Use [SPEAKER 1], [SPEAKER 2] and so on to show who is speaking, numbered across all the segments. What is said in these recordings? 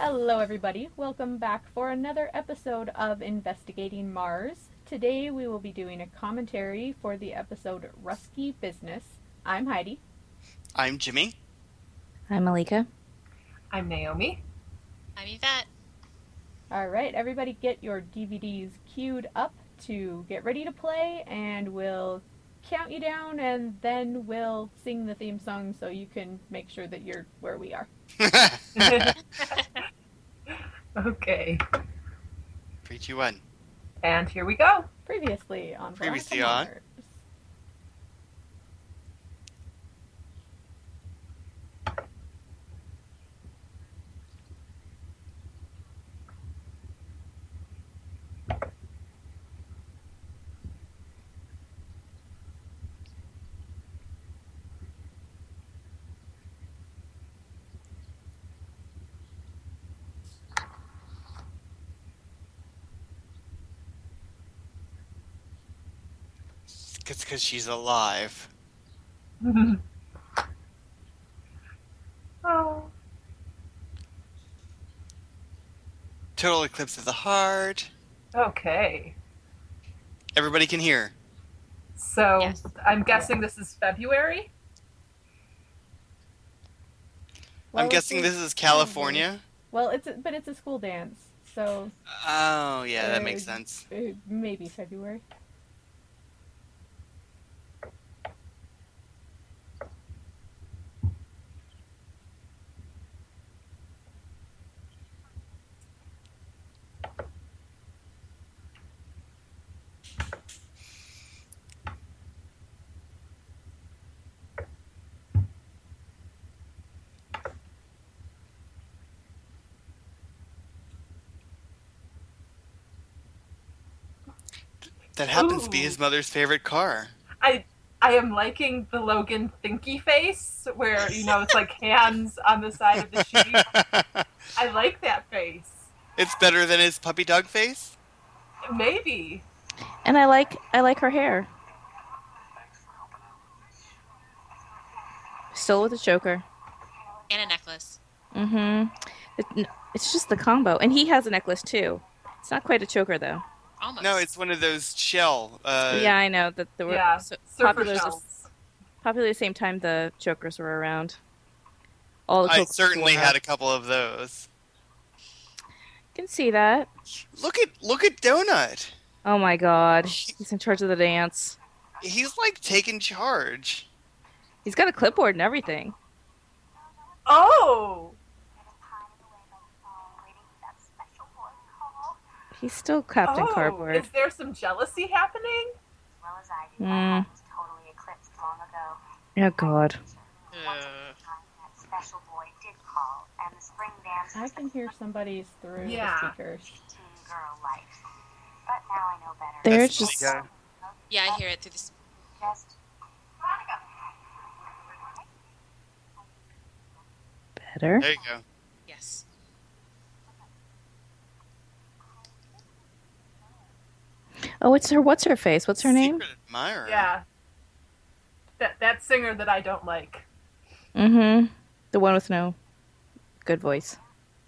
[SPEAKER 1] everybody. Welcome back for another episode of Investigating Mars. Today we will be doing a commentary for the episode Rusky Business. I'm Heidi.
[SPEAKER 2] I'm Jimmy.
[SPEAKER 3] I'm Malika.
[SPEAKER 4] I'm Naomi.
[SPEAKER 5] I'm Yvette.
[SPEAKER 1] All right, everybody, get your DVDs queued up to get ready to play, and we'll count you down, and then we'll sing the theme song so you can make sure that you're where we are.
[SPEAKER 4] Okay.
[SPEAKER 2] Three, two, one.
[SPEAKER 4] And here we go.
[SPEAKER 1] Previously on Veronica
[SPEAKER 2] Previously on.
[SPEAKER 1] Mars.
[SPEAKER 2] It's because she's alive.
[SPEAKER 4] oh.
[SPEAKER 2] Total eclipse of the heart.
[SPEAKER 4] Okay.
[SPEAKER 2] Everybody can hear.
[SPEAKER 4] So
[SPEAKER 5] Yes.
[SPEAKER 4] I'm guessing this is February.
[SPEAKER 1] Well,
[SPEAKER 2] I'm guessing
[SPEAKER 1] it's-
[SPEAKER 2] this is California.
[SPEAKER 1] Well, it's a, but it's a school dance, so
[SPEAKER 2] Oh, yeah, that makes
[SPEAKER 1] Uh,
[SPEAKER 2] sense.
[SPEAKER 1] uh, maybe February.
[SPEAKER 2] That happens to be
[SPEAKER 4] Ooh.
[SPEAKER 2] his mother's favorite car.
[SPEAKER 4] I am liking the Logan thinky face where, you know, it's like hands on the side of the sheet. I like that face.
[SPEAKER 2] it's better than his puppy dog face.
[SPEAKER 4] Maybe.
[SPEAKER 3] And I like I like her hair. Still with the choker.
[SPEAKER 5] And a necklace.
[SPEAKER 3] Mm-hmm. It, it's just the combo, and he has a necklace too. It's not quite a choker though.
[SPEAKER 5] Almost.
[SPEAKER 2] No, it's one of those shell. Uh,
[SPEAKER 3] yeah, I know that the
[SPEAKER 4] yeah.
[SPEAKER 3] so,
[SPEAKER 4] Surfer
[SPEAKER 3] popular is-
[SPEAKER 4] shells.
[SPEAKER 3] probably the same time the chokers were around. All the
[SPEAKER 2] I
[SPEAKER 3] chokers
[SPEAKER 2] certainly
[SPEAKER 3] were
[SPEAKER 2] had
[SPEAKER 3] around.
[SPEAKER 2] a couple of those.
[SPEAKER 3] Can see that.
[SPEAKER 2] Look at look at Donut.
[SPEAKER 3] Oh my God, he's in charge of the dance.
[SPEAKER 2] He's like taking charge.
[SPEAKER 3] He's got a clipboard and everything.
[SPEAKER 4] Oh.
[SPEAKER 3] He's still Captain
[SPEAKER 4] oh.
[SPEAKER 3] Cardboard.
[SPEAKER 4] Is there some jealousy happening?
[SPEAKER 3] Mm. Oh God.
[SPEAKER 5] Uh,
[SPEAKER 1] I can hear somebody's through the
[SPEAKER 4] Yeah.
[SPEAKER 1] speakers.
[SPEAKER 3] They're
[SPEAKER 2] That's
[SPEAKER 3] just-
[SPEAKER 2] Malika.
[SPEAKER 5] yeah, I hear it through this.
[SPEAKER 3] Better.
[SPEAKER 2] There you go.
[SPEAKER 5] Yes.
[SPEAKER 3] Oh, it's her. What's her face? What's her name?
[SPEAKER 2] Secret admirer.
[SPEAKER 4] Yeah. That that singer that I don't like.
[SPEAKER 3] Mm-hmm. The one with no good voice.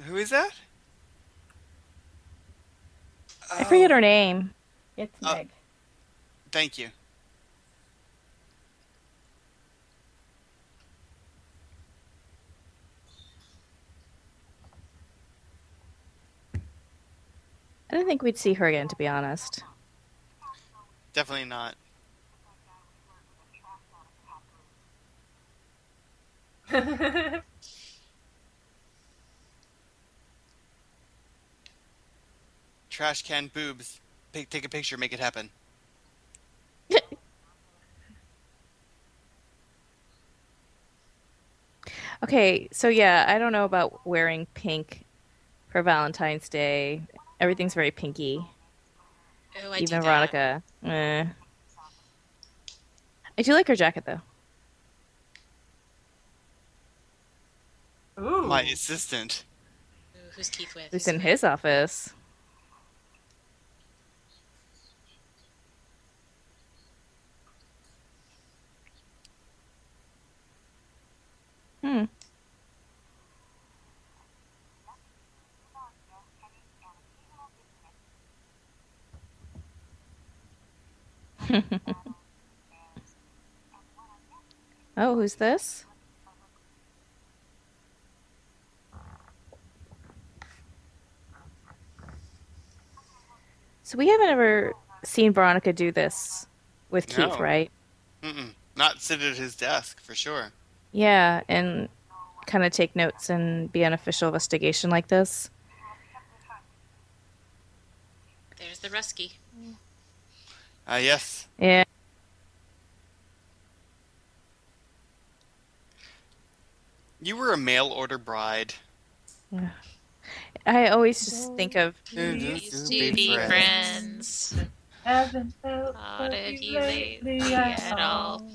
[SPEAKER 2] Who is that?
[SPEAKER 3] I forget her name.
[SPEAKER 1] It's
[SPEAKER 2] Uh,
[SPEAKER 1] Meg.
[SPEAKER 2] Oh, Thank you.
[SPEAKER 3] I didn't think we'd see her again, to be honest.
[SPEAKER 2] Definitely not. Trash can boobs. Pick, take a picture. Make it happen.
[SPEAKER 3] Okay, so yeah, I don't know about wearing pink for Valentine's Day. Everything's very pinky.
[SPEAKER 5] Oh, I do
[SPEAKER 3] Even
[SPEAKER 5] that.
[SPEAKER 3] Veronica. Eh. I do like her jacket though.
[SPEAKER 4] Ooh.
[SPEAKER 2] My assistant.
[SPEAKER 5] Ooh, who's Keith with?
[SPEAKER 3] At least in his office. Hmm. oh, who's this? So we haven't ever seen Veronica do this with Keith,
[SPEAKER 2] No.
[SPEAKER 3] right?
[SPEAKER 2] Mm-mm. Not sit at his desk for sure.
[SPEAKER 3] Yeah, and kind of take notes and be an official investigation like this.
[SPEAKER 5] There's the Rusky.
[SPEAKER 2] Uh, yes.
[SPEAKER 3] Yeah.
[SPEAKER 2] You were a mail order bride.
[SPEAKER 3] I always
[SPEAKER 1] Oh.
[SPEAKER 3] just think of
[SPEAKER 4] We
[SPEAKER 5] We
[SPEAKER 4] Just
[SPEAKER 5] used to be friends.
[SPEAKER 4] Haven't felt
[SPEAKER 5] Thought
[SPEAKER 4] so
[SPEAKER 5] of
[SPEAKER 4] good
[SPEAKER 5] you lately at all.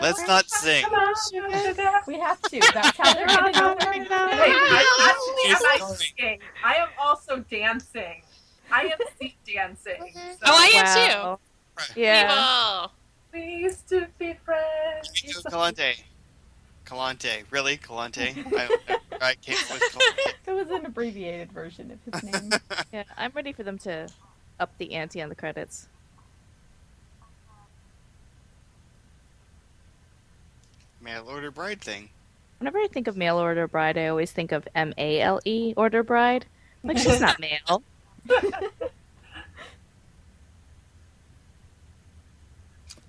[SPEAKER 2] Let's not sing.
[SPEAKER 4] Come on, sugar.
[SPEAKER 1] We have to. That's how they're going to
[SPEAKER 4] Oh
[SPEAKER 1] go.
[SPEAKER 4] Wait, I,
[SPEAKER 2] Is
[SPEAKER 4] I, I,
[SPEAKER 2] going.
[SPEAKER 4] sing. I am also dancing. I am seat dancing. So
[SPEAKER 5] Oh, I am
[SPEAKER 3] wow.
[SPEAKER 2] Right.
[SPEAKER 3] Yeah.
[SPEAKER 5] Evil.
[SPEAKER 4] We used to be friends.
[SPEAKER 2] Let me go Calante. Calante. Really? Calante? I, I, I can't with Calante.
[SPEAKER 1] It was an abbreviated version of his name.
[SPEAKER 3] Yeah, I'm ready for them to up the ante on the credits.
[SPEAKER 2] mail order bride thing.
[SPEAKER 3] Whenever I think of mail order bride, I always think of M A L E order bride. Like she's not male.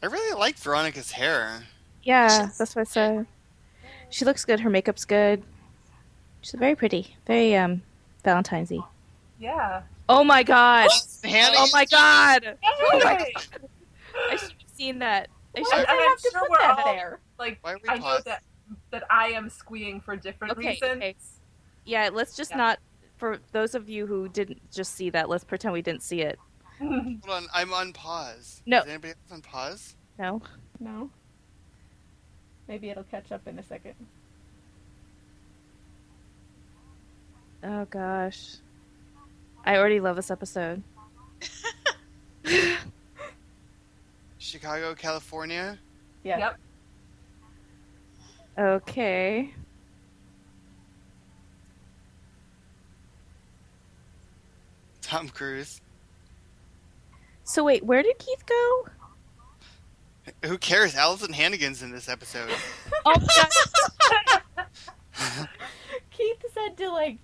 [SPEAKER 2] I really like Veronica's hair.
[SPEAKER 3] Yeah, that's what I said. She looks good. Her makeup's good. She's very pretty. Very um Valentine's-y.
[SPEAKER 4] Yeah.
[SPEAKER 3] Oh my god.
[SPEAKER 2] Hannah,
[SPEAKER 3] Oh my god.
[SPEAKER 4] Hey!
[SPEAKER 3] I should have seen that. I
[SPEAKER 1] Why
[SPEAKER 3] should
[SPEAKER 1] did
[SPEAKER 4] And
[SPEAKER 1] I
[SPEAKER 4] I'm
[SPEAKER 1] have to
[SPEAKER 4] sure
[SPEAKER 1] put
[SPEAKER 4] we're
[SPEAKER 1] that
[SPEAKER 4] all-
[SPEAKER 1] there?
[SPEAKER 4] Like
[SPEAKER 2] Why are we
[SPEAKER 4] I know
[SPEAKER 2] paused?
[SPEAKER 4] that that I am squeeing for different
[SPEAKER 3] Okay,
[SPEAKER 4] reasons.
[SPEAKER 3] okay. Yeah, let's just
[SPEAKER 4] Yeah.
[SPEAKER 3] not for those of you who didn't just see that, let's pretend we didn't see it.
[SPEAKER 2] Hold on, I'm on pause.
[SPEAKER 3] No.
[SPEAKER 2] Is anybody else on pause?
[SPEAKER 3] No?
[SPEAKER 1] No. Maybe it'll catch up in a second.
[SPEAKER 3] Oh gosh. I already love this episode.
[SPEAKER 2] Chicago, California.
[SPEAKER 1] Yeah.
[SPEAKER 4] Yep.
[SPEAKER 3] Okay.
[SPEAKER 2] Tom Cruise.
[SPEAKER 3] So wait, where did Keith go?
[SPEAKER 2] Who cares? Allison Hannigan's in this episode.
[SPEAKER 3] Oh my god.
[SPEAKER 1] Keith said to like,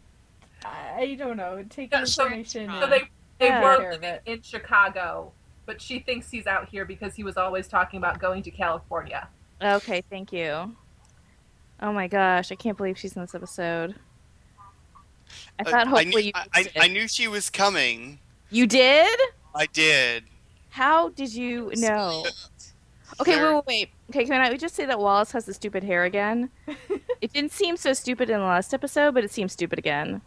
[SPEAKER 1] I don't know, take
[SPEAKER 4] Yeah, so-
[SPEAKER 1] information.
[SPEAKER 5] so
[SPEAKER 4] So they they
[SPEAKER 3] Yeah.
[SPEAKER 1] Care
[SPEAKER 4] were
[SPEAKER 1] of
[SPEAKER 4] living
[SPEAKER 1] it.
[SPEAKER 4] in Chicago, but she thinks he's out here because he was always talking about going to California.
[SPEAKER 3] Okay, thank you. Oh my gosh, I can't believe she's in this episode. I
[SPEAKER 2] Uh,
[SPEAKER 3] thought hopefully
[SPEAKER 2] knew,
[SPEAKER 3] you
[SPEAKER 2] I,
[SPEAKER 3] used
[SPEAKER 2] I,
[SPEAKER 3] it.
[SPEAKER 2] I knew she was coming.
[SPEAKER 3] You did?
[SPEAKER 2] I did.
[SPEAKER 3] How did you know?
[SPEAKER 5] Spoiled.
[SPEAKER 3] Okay,
[SPEAKER 2] Sure.
[SPEAKER 3] wait, wait, wait. Okay, can I just say that Wallace has the stupid hair again? it didn't seem so stupid in the last episode, but it seems stupid again.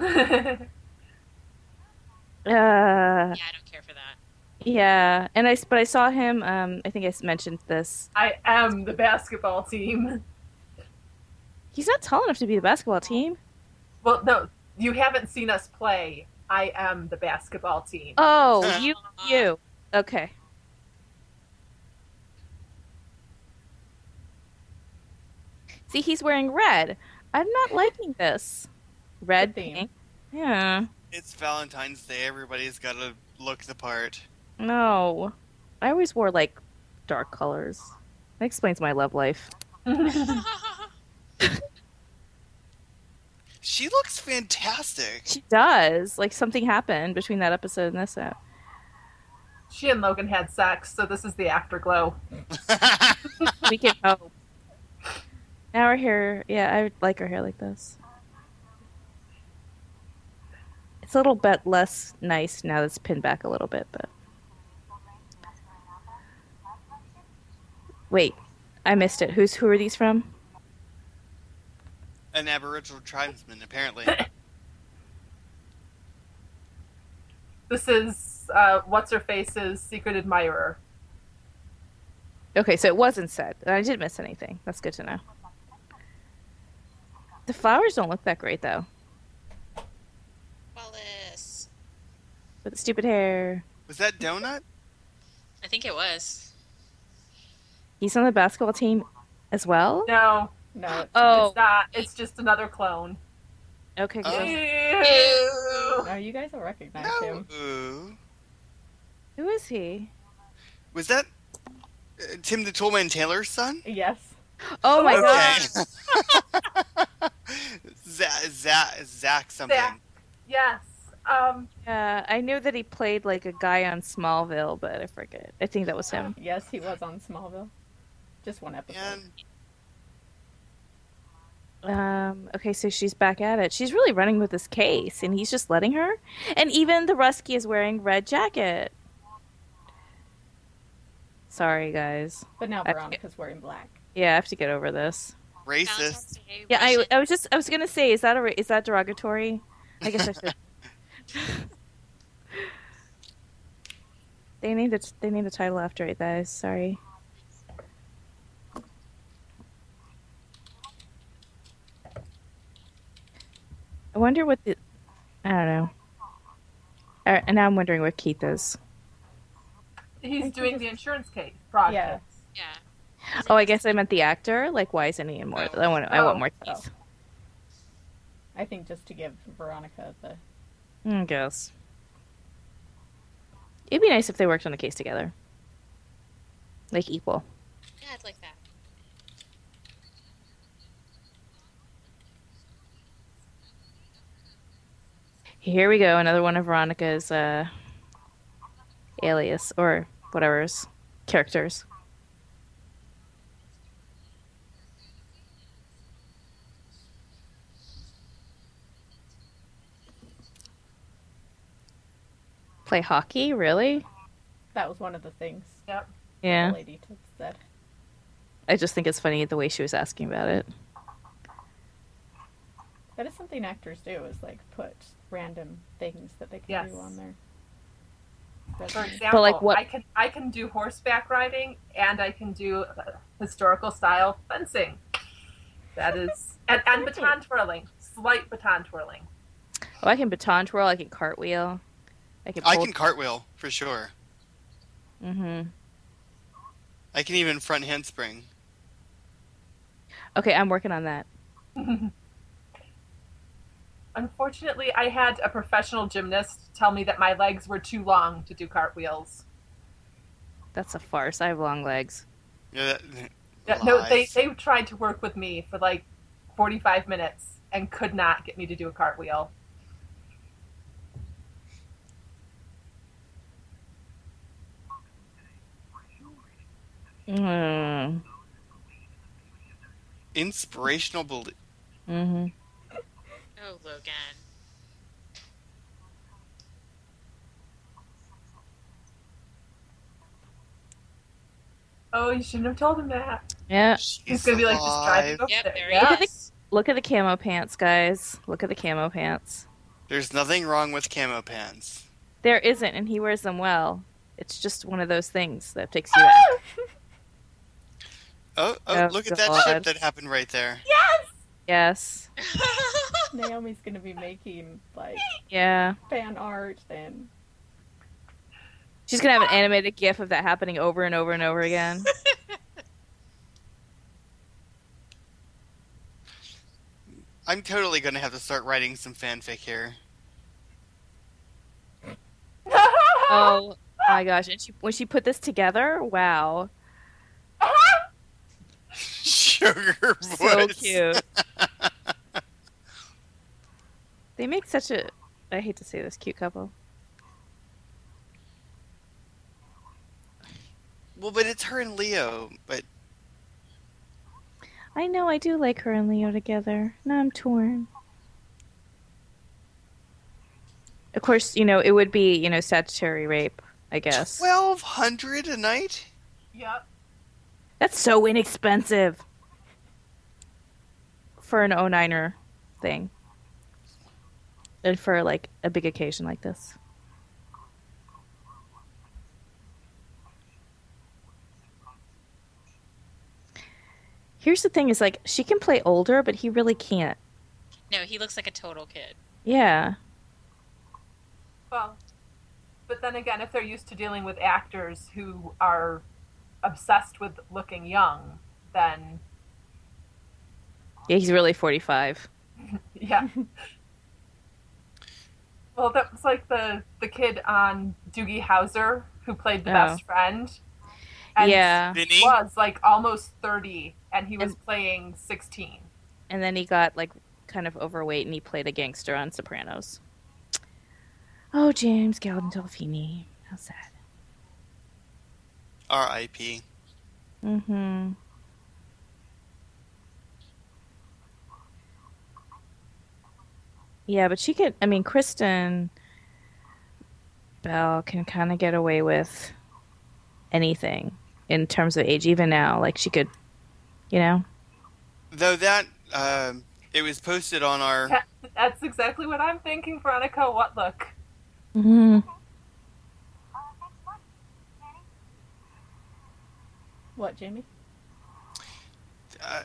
[SPEAKER 3] Uh,
[SPEAKER 5] Yeah, I don't care for that.
[SPEAKER 3] yeah, and I s- but I saw him. Um, I think I s- mentioned this.
[SPEAKER 4] I am the basketball team.
[SPEAKER 3] He's not tall enough to be the basketball team.
[SPEAKER 4] Well, no, you haven't seen us play. I am the basketball team.
[SPEAKER 3] Oh, you, you. Okay. See, he's wearing red. I'm not liking this. Red
[SPEAKER 1] Good theme.
[SPEAKER 3] pink. Yeah.
[SPEAKER 2] It's Valentine's Day. Everybody's got to look the part.
[SPEAKER 3] No. I always wore like dark colors. That explains my love life.
[SPEAKER 2] She looks fantastic.
[SPEAKER 3] She does. Like something happened between that episode and this app.
[SPEAKER 4] she and Logan had sex, so this is the afterglow.
[SPEAKER 3] We can hope. Now her hair, yeah, I like her hair like this. It's a little bit less nice now that it's pinned back a little bit, but. Wait, I missed it. Who's who are these from?
[SPEAKER 2] An Aboriginal tribesman, apparently.
[SPEAKER 4] This is uh, what's her face's secret admirer.
[SPEAKER 3] Okay, so it wasn't said. I didn't miss anything. That's good to know. The flowers don't look that great though,
[SPEAKER 5] Wallace.
[SPEAKER 3] with the stupid hair.
[SPEAKER 2] Was that donut?
[SPEAKER 5] I think it was.
[SPEAKER 3] He's on the basketball team as well.
[SPEAKER 4] No,
[SPEAKER 1] No. it's-
[SPEAKER 3] Oh.
[SPEAKER 4] it's not. It's just another clone.
[SPEAKER 3] Okay,
[SPEAKER 2] Oh.
[SPEAKER 3] good.
[SPEAKER 1] No, you guys will recognize him.
[SPEAKER 2] Ooh.
[SPEAKER 3] who is he?
[SPEAKER 2] Was that uh, Tim the Toolman Taylor's son?
[SPEAKER 1] Yes.
[SPEAKER 3] Oh my god.
[SPEAKER 2] Zach, Zach, Zach something.
[SPEAKER 4] Zach. Yes. Um,
[SPEAKER 3] Uh, I knew that he played like a guy on Smallville, but I forget. I think that was him.
[SPEAKER 1] Yes, he was on Smallville. Just one episode.
[SPEAKER 2] And
[SPEAKER 3] Um, okay, so she's back at it. She's really running with this case, and he's just letting her. And even the Rusky is wearing red jacket. Sorry, guys.
[SPEAKER 1] But now
[SPEAKER 3] Okay.
[SPEAKER 1] Veronica's wearing black.
[SPEAKER 3] Yeah, I have to get over this.
[SPEAKER 2] racist.
[SPEAKER 3] Yeah, I, I was just I was gonna say, is that a ra- is that derogatory? I guess I should. they named it. They named the title after it, guys. Sorry. I wonder what the. I don't know. All right, and now I'm wondering what Keith is.
[SPEAKER 4] he's doing the insurance case project.
[SPEAKER 5] Yeah.
[SPEAKER 3] Oh, I guess I meant the actor. Like, why isn't he in more? I want. I want more Keith.
[SPEAKER 1] I think just to give Veronica the.
[SPEAKER 3] Mm, I guess. It'd be nice if they worked on the case together. Like equal.
[SPEAKER 5] Yeah, I'd like that.
[SPEAKER 3] Here we go, another one of Veronica's uh alias or whatever's characters. Play hockey, really?
[SPEAKER 1] That was one of the things
[SPEAKER 3] Yeah.
[SPEAKER 1] the lady t- said.
[SPEAKER 3] I just think it's funny the way she was asking about it.
[SPEAKER 1] That is something actors do is like put random things that they can
[SPEAKER 4] Yes.
[SPEAKER 1] do on their.
[SPEAKER 4] For
[SPEAKER 1] resume.
[SPEAKER 4] example,
[SPEAKER 3] like, what-
[SPEAKER 4] I can I can do horseback riding and I can do uh, historical style fencing. That is and, and baton twirling, slight baton twirling.
[SPEAKER 3] Oh, I can baton twirl. I can cartwheel. I can. Pull.
[SPEAKER 2] I can cartwheel for sure.
[SPEAKER 3] Mm-hmm.
[SPEAKER 2] I can even front handspring.
[SPEAKER 3] Okay, I'm working on that.
[SPEAKER 4] Unfortunately, I had a professional gymnast tell me that my legs were too long to do cartwheels.
[SPEAKER 3] That's a farce. I have long legs.
[SPEAKER 2] Yeah,
[SPEAKER 4] Yeah,
[SPEAKER 2] that-
[SPEAKER 4] No, they
[SPEAKER 2] lies.
[SPEAKER 4] they tried to work with me for like 45 minutes and could not get me to do a cartwheel.
[SPEAKER 3] Mm.
[SPEAKER 2] Inspirational bel-
[SPEAKER 3] hmm
[SPEAKER 5] Oh, Logan.
[SPEAKER 4] Oh, you shouldn't have told him that.
[SPEAKER 3] Yeah.
[SPEAKER 2] She's
[SPEAKER 4] He's gonna be like just driving
[SPEAKER 2] alive.
[SPEAKER 3] Oh
[SPEAKER 4] up
[SPEAKER 5] Yep,
[SPEAKER 4] there.
[SPEAKER 5] there
[SPEAKER 4] Yeah.
[SPEAKER 5] he is.
[SPEAKER 3] Look at the camo pants, guys. Look at the camo pants.
[SPEAKER 2] There's nothing wrong with camo pants.
[SPEAKER 3] There isn't, and he wears them well. It's just one of those things that takes you out.
[SPEAKER 2] Oh, oh,
[SPEAKER 3] Oh,
[SPEAKER 2] look at that
[SPEAKER 3] God.
[SPEAKER 2] ship that happened right there.
[SPEAKER 3] Yes.
[SPEAKER 1] Naomi's gonna be making like
[SPEAKER 3] Yeah.
[SPEAKER 1] fan art and
[SPEAKER 3] She's gonna have an animated GIF of that happening over and over and over again.
[SPEAKER 2] I'm totally gonna have to start writing some fanfic here.
[SPEAKER 3] Oh my gosh! And she, when she put this together, wow,
[SPEAKER 2] Sugar
[SPEAKER 3] so
[SPEAKER 2] boys.
[SPEAKER 3] cute. they make such a. I hate to say this, cute couple.
[SPEAKER 2] Well, but it's her and Leo. But
[SPEAKER 3] I know I do like her and Leo together. Now I'm torn. Of course, you know, it would be, you know, statutory rape, I guess.
[SPEAKER 2] twelve hundred a night.
[SPEAKER 4] Yep.
[SPEAKER 3] That's so inexpensive. For an 09er thing. And for like a big occasion like this. Here's the thing is like she can play older, but he really can't.
[SPEAKER 5] no, he looks like a total kid.
[SPEAKER 3] Yeah.
[SPEAKER 4] Well, but then again, if they're used to dealing with actors who are obsessed with looking young, then
[SPEAKER 3] Yeah, he's really 45.
[SPEAKER 4] yeah. well, that was like the the kid on Doogie Howser who played the
[SPEAKER 3] Oh.
[SPEAKER 4] best friend. And
[SPEAKER 3] yeah.
[SPEAKER 2] Vinny?
[SPEAKER 4] was like almost 30 and he was
[SPEAKER 3] And-
[SPEAKER 4] playing 16.
[SPEAKER 3] And then he got like kind of overweight and he played a gangster on Sopranos. Oh, James Galen Delfini. How sad.
[SPEAKER 2] R.I.P.
[SPEAKER 3] Mm-hmm. Yeah, but she can. I mean, Kristen Bell can kind of get away with anything in terms of age, even now. Like she could, you know.
[SPEAKER 2] Though that, um, it was posted on our.
[SPEAKER 4] That- That's exactly what I'm thinking, Veronica. What look?
[SPEAKER 3] Mm-hmm.
[SPEAKER 1] What, Jamie?
[SPEAKER 2] Uh,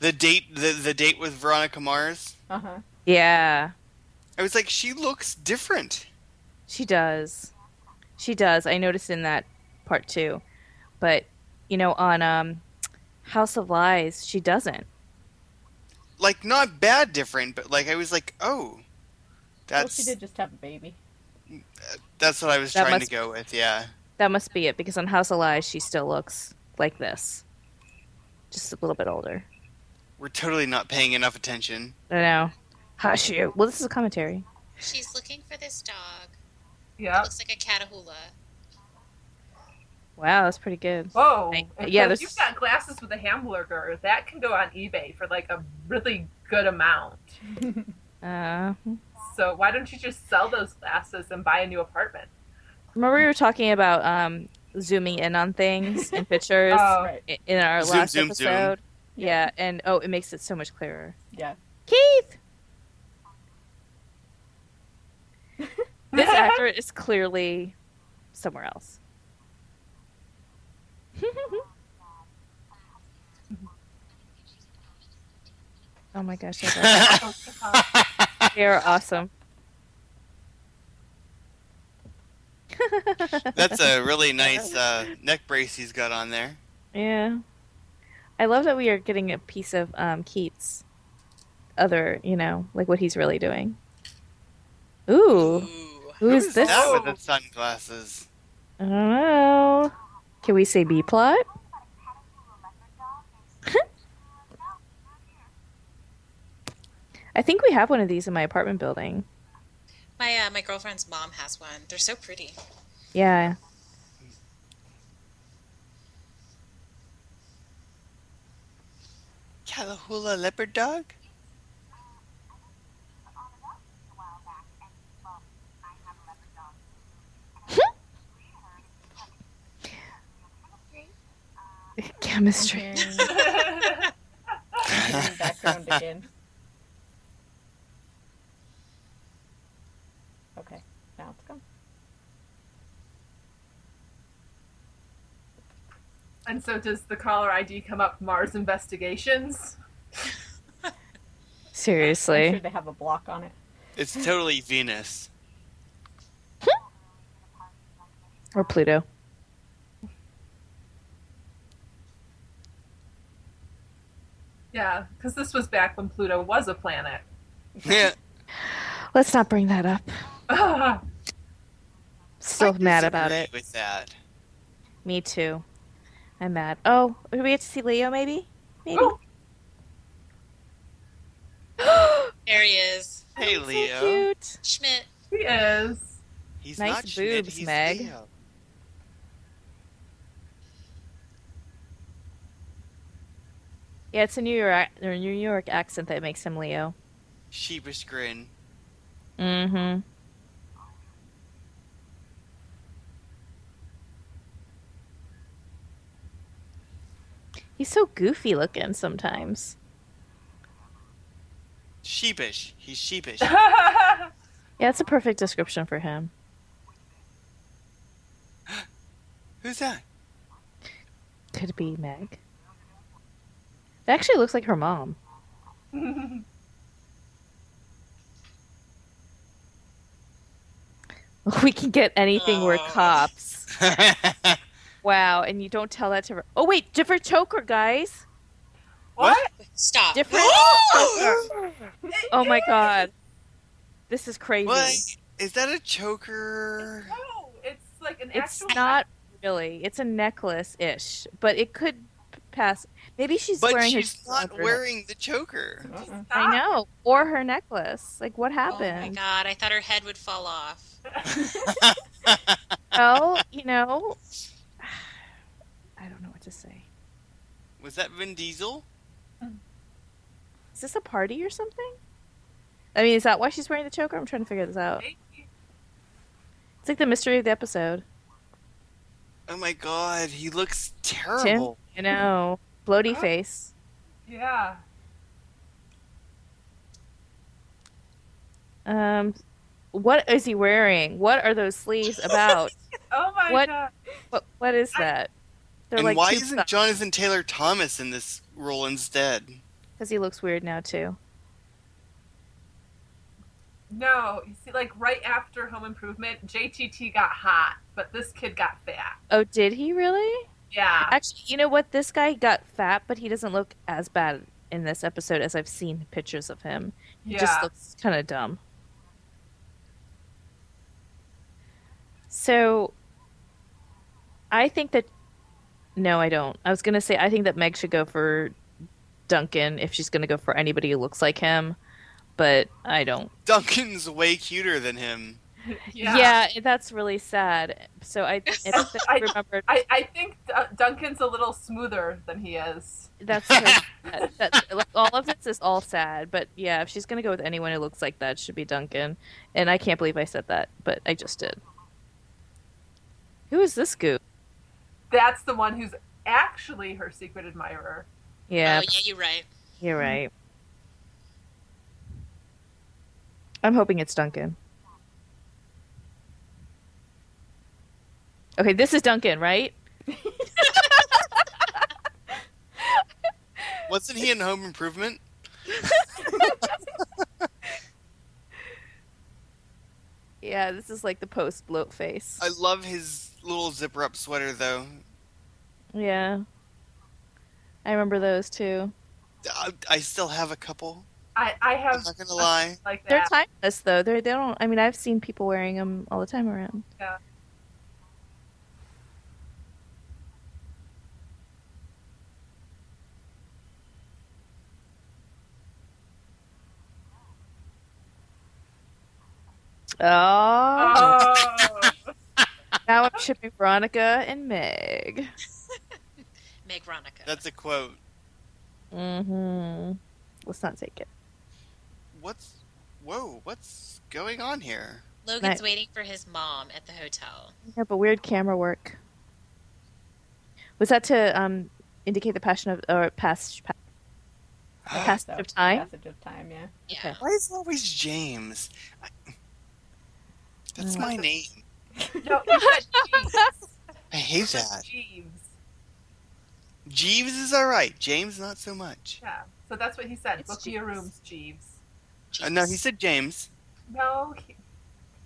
[SPEAKER 2] the date, the, the date with Veronica Mars.
[SPEAKER 1] Uh huh.
[SPEAKER 3] Yeah,
[SPEAKER 2] I was like, she looks different.
[SPEAKER 3] she does. She does. I noticed in that part too, but you know, on um, House of Lies, she doesn't.
[SPEAKER 2] Like not bad different, but like I was like, oh,
[SPEAKER 1] Well,
[SPEAKER 2] that's
[SPEAKER 1] she did just have a baby.
[SPEAKER 2] that's what I was
[SPEAKER 3] That
[SPEAKER 2] trying
[SPEAKER 3] must-
[SPEAKER 2] to go with. Yeah,
[SPEAKER 3] That must be it because on House of Lies she still looks like this. Just a little bit older.
[SPEAKER 2] we're totally not paying enough attention.
[SPEAKER 3] I don't know. Hush you. Well, this is a commentary.
[SPEAKER 5] She's looking for this dog.
[SPEAKER 4] Yeah.
[SPEAKER 5] Looks like a catahoula.
[SPEAKER 3] Wow, that's pretty good.
[SPEAKER 4] Whoa.
[SPEAKER 3] Right.
[SPEAKER 4] If-
[SPEAKER 3] Yeah,
[SPEAKER 4] If
[SPEAKER 3] there's-
[SPEAKER 4] you've got glasses with a hamburger, that can go on eBay for like a really good amount.
[SPEAKER 3] Uh,
[SPEAKER 4] So why don't you just sell those glasses and buy a new apartment?
[SPEAKER 3] remember we were talking about um, zooming in on things and pictures
[SPEAKER 4] Oh.
[SPEAKER 1] Right.
[SPEAKER 3] i- in our
[SPEAKER 2] Zoom,
[SPEAKER 3] last
[SPEAKER 2] zoom, zoom.
[SPEAKER 3] episode. Yeah, and oh, it makes it so much clearer.
[SPEAKER 1] Yeah.
[SPEAKER 3] Keith, this actor is clearly somewhere else. oh my gosh, I love
[SPEAKER 4] Oh, God.
[SPEAKER 3] it. they are awesome.
[SPEAKER 2] That's a really nice uh, neck brace he's got on there.
[SPEAKER 3] Yeah. I love that we are getting a piece of um, Keats' other, you know, like what he's really doing. Ooh,
[SPEAKER 5] Ooh.
[SPEAKER 3] who is this?
[SPEAKER 2] That with the sunglasses.
[SPEAKER 3] I don't know. Can we say B plot? I think we have one of these in my apartment building.
[SPEAKER 5] My uh, my girlfriend's mom has one. They're so pretty.
[SPEAKER 3] Yeah.
[SPEAKER 2] Callahoola leopard dog?
[SPEAKER 3] Chemistry.
[SPEAKER 1] Hearing hearing background again. Okay, now it's gone.
[SPEAKER 4] and so does the caller ID come up Mars Investigations?
[SPEAKER 1] I'm sure
[SPEAKER 3] Seriously.
[SPEAKER 1] they have a block on it.
[SPEAKER 2] it's totally Venus.
[SPEAKER 3] Or Pluto.
[SPEAKER 4] Yeah, because this was back when Pluto was a planet.
[SPEAKER 2] Yeah.
[SPEAKER 3] Let's not bring that up.
[SPEAKER 4] Ugh.
[SPEAKER 3] Still
[SPEAKER 2] I
[SPEAKER 3] mad about
[SPEAKER 2] disagree
[SPEAKER 3] it.
[SPEAKER 2] With that.
[SPEAKER 3] Me too. I'm mad. Oh, do we get to see Leo maybe? Maybe.
[SPEAKER 4] Oh.
[SPEAKER 5] There he is.
[SPEAKER 2] Hey,
[SPEAKER 3] So
[SPEAKER 2] Leo.
[SPEAKER 3] cute.
[SPEAKER 5] Schmidt.
[SPEAKER 4] he is.
[SPEAKER 2] He's
[SPEAKER 3] Nice
[SPEAKER 2] not Schmidt,
[SPEAKER 3] boobs,
[SPEAKER 2] he's
[SPEAKER 3] Meg.
[SPEAKER 2] Leo.
[SPEAKER 3] Yeah, it's a New York or New York accent that makes him Leo.
[SPEAKER 2] Sheepish grin.
[SPEAKER 3] Mm-hmm. He's so goofy looking sometimes.
[SPEAKER 2] Sheepish. He's sheepish.
[SPEAKER 3] Yeah, it's a perfect description for him.
[SPEAKER 2] Who's that?
[SPEAKER 3] Could be Meg. That actually looks like her mom. We can get anything. We're
[SPEAKER 5] Oh.
[SPEAKER 3] cops. Wow, and you don't tell that to. Oh wait, different choker, guys.
[SPEAKER 2] What?
[SPEAKER 5] Stop.
[SPEAKER 3] Different. Oh my god, this is crazy.
[SPEAKER 2] what? Is that a choker?
[SPEAKER 4] No, it's like an
[SPEAKER 3] It's
[SPEAKER 4] actual.
[SPEAKER 3] not really. It's a necklace ish, but it could p- pass. Maybe she's
[SPEAKER 2] But
[SPEAKER 3] wearing her
[SPEAKER 2] she's not
[SPEAKER 3] choker.
[SPEAKER 2] wearing the choker.
[SPEAKER 1] Uh-uh.
[SPEAKER 3] I know, or her necklace. Like what
[SPEAKER 5] Oh my
[SPEAKER 3] happened?
[SPEAKER 5] god, I thought her head would fall off.
[SPEAKER 3] Oh, you know, I don't know what to say.
[SPEAKER 2] Was that Vin Diesel?
[SPEAKER 3] Is this a party or something? I mean, is that why she's wearing the choker? I'm trying to figure this out. It's like the mystery of the episode.
[SPEAKER 2] Oh my god, he looks terrible.
[SPEAKER 3] You know, bloaty
[SPEAKER 2] Oh.
[SPEAKER 4] Huh?
[SPEAKER 3] face.
[SPEAKER 4] Yeah.
[SPEAKER 3] Um, what is he wearing? What are those sleeves about?
[SPEAKER 4] Oh my
[SPEAKER 3] What-
[SPEAKER 4] god.
[SPEAKER 3] what What is that? They're
[SPEAKER 2] and
[SPEAKER 3] like
[SPEAKER 2] why
[SPEAKER 3] tube
[SPEAKER 2] isn't
[SPEAKER 3] socks,
[SPEAKER 2] Jonathan Taylor Thomas in this role instead?
[SPEAKER 3] Because he looks weird now too.
[SPEAKER 4] No, you see, like right after Home Improvement, JTT got hot, but this kid got fat.
[SPEAKER 3] Oh, did he really?
[SPEAKER 4] Yeah.
[SPEAKER 3] Actually, you know what? This guy got fat, but he doesn't look as bad in this episode as I've seen pictures of him. He
[SPEAKER 4] yeah.
[SPEAKER 3] just looks kind of dumb. So, I think that. No, I don't. I was going to say, I think that Meg should go for Duncan if she's going to go for anybody who looks like him, but I don't.
[SPEAKER 2] Duncan's way cuter than him.
[SPEAKER 4] yeah.
[SPEAKER 3] that's really sad. So, I, I,
[SPEAKER 4] I-
[SPEAKER 3] I remembered
[SPEAKER 4] I, I think uh, Duncan's a little smoother than he is.
[SPEAKER 3] That's so sad. That, like, all of this is all sad, but yeah, if she's gonna go with anyone who looks like that, it should be Duncan. And I can't believe I said that, but I just did. Who is this goop?
[SPEAKER 4] That's the one who's actually her secret admirer.
[SPEAKER 3] Yeah,
[SPEAKER 5] Oh, yeah, you're right.
[SPEAKER 3] you're right. I'm hoping it's Duncan. Okay, this is Duncan, right?
[SPEAKER 2] Wasn't he in Home Improvement?
[SPEAKER 3] Yeah, this is like the post bloat face.
[SPEAKER 2] I love his little zipper up sweater though.
[SPEAKER 3] Yeah. I remember those too.
[SPEAKER 2] I, I still have a couple.
[SPEAKER 4] I, I
[SPEAKER 2] I'm
[SPEAKER 4] have
[SPEAKER 2] not gonna lie.
[SPEAKER 4] like
[SPEAKER 3] They're
[SPEAKER 4] that.
[SPEAKER 3] timeless though. They're they don't. I mean, I've seen people wearing them all the time around.
[SPEAKER 4] Yeah.
[SPEAKER 3] Oh,
[SPEAKER 4] oh.
[SPEAKER 3] now I'm shipping Veronica and Meg.
[SPEAKER 5] Meg Ronica.
[SPEAKER 2] That's a quote.
[SPEAKER 3] Mm-hmm. Let's not take it.
[SPEAKER 2] What's whoa? What's going on here?
[SPEAKER 5] Logan's
[SPEAKER 3] Right.
[SPEAKER 5] waiting for his mom at the hotel.
[SPEAKER 3] Yeah, but weird camera work. Was that to um indicate the passion of or past pa- passage
[SPEAKER 1] So,
[SPEAKER 3] of time?
[SPEAKER 1] Passage of time, yeah.
[SPEAKER 5] Yeah.
[SPEAKER 3] Okay.
[SPEAKER 2] Why is it always James? I, that's
[SPEAKER 3] Mm.
[SPEAKER 2] my name.
[SPEAKER 4] No, you said Jeeves.
[SPEAKER 2] I hate
[SPEAKER 4] You
[SPEAKER 2] that.
[SPEAKER 4] said Jeeves.
[SPEAKER 2] Jeeves is all right. James, not so much.
[SPEAKER 4] Yeah. So that's what he said.
[SPEAKER 5] It's
[SPEAKER 4] Book me your
[SPEAKER 5] Jeeves.
[SPEAKER 4] rooms, Jeeves.
[SPEAKER 2] Uh, no, he said James.
[SPEAKER 4] No. He,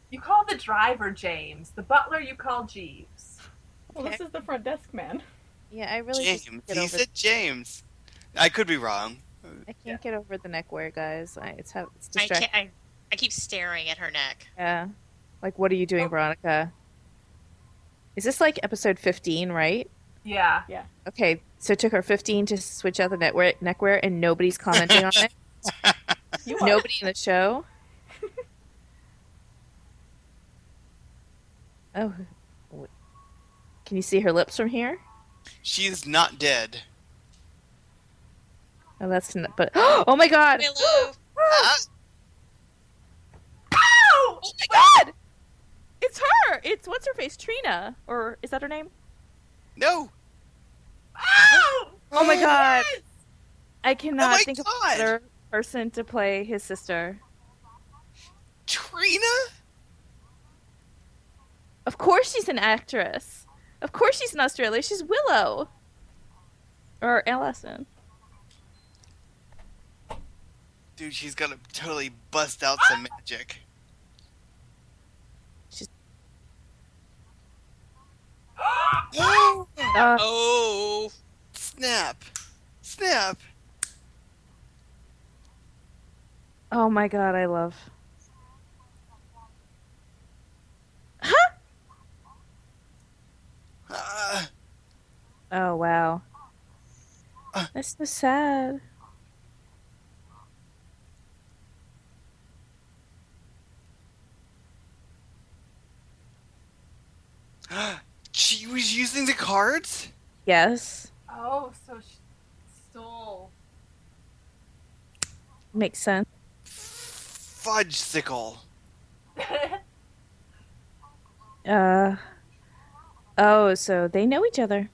[SPEAKER 4] you call the driver James. The butler you call Jeeves.
[SPEAKER 1] Well, this is the front desk man.
[SPEAKER 3] Yeah, I really just
[SPEAKER 2] James.
[SPEAKER 3] can't get
[SPEAKER 2] He
[SPEAKER 3] over.
[SPEAKER 2] said James. I could be wrong.
[SPEAKER 3] I can't get over the neck wear, guys. I, it's how it's
[SPEAKER 5] I,
[SPEAKER 3] distracting.
[SPEAKER 5] can't, I, I keep staring at her neck.
[SPEAKER 3] Yeah. Like, what are you doing,
[SPEAKER 4] Oh.
[SPEAKER 3] Veronica? Is this like episode 15, right?
[SPEAKER 4] Yeah.
[SPEAKER 3] Okay, so it took her 15 to switch out the netwear, neckwear, and nobody's commenting on it.
[SPEAKER 1] You are.
[SPEAKER 3] Nobody in the show. Oh, w- can you see her lips from here?
[SPEAKER 2] She is not dead.
[SPEAKER 3] Oh, that's not, but oh my god!
[SPEAKER 5] Willow!
[SPEAKER 2] Ah,
[SPEAKER 4] Oh!
[SPEAKER 3] Oh my god! It's her. It's what's her face, Trina, or is that her name?
[SPEAKER 2] no.
[SPEAKER 4] Oh!
[SPEAKER 3] Oh my god! I cannot
[SPEAKER 2] Oh my
[SPEAKER 3] think of
[SPEAKER 2] God.
[SPEAKER 3] another person to play his sister.
[SPEAKER 2] Trina?
[SPEAKER 3] Of course she's an actress. Of course she's in Australia. She's Willow. Or Allison.
[SPEAKER 2] Dude, she's gonna totally bust out some
[SPEAKER 3] Ah!
[SPEAKER 2] magic. Oh,
[SPEAKER 3] Uh,
[SPEAKER 5] Oh!
[SPEAKER 2] snap. Snap.
[SPEAKER 3] oh my god, I love. Huh?
[SPEAKER 2] Uh,
[SPEAKER 3] oh,
[SPEAKER 2] Uh.
[SPEAKER 3] That's so sad.
[SPEAKER 2] she was using the cards?
[SPEAKER 3] Yes,
[SPEAKER 4] Oh, so she stole.
[SPEAKER 3] makes sense.
[SPEAKER 2] Fudge sickle.
[SPEAKER 3] Uh, oh, so they know each other.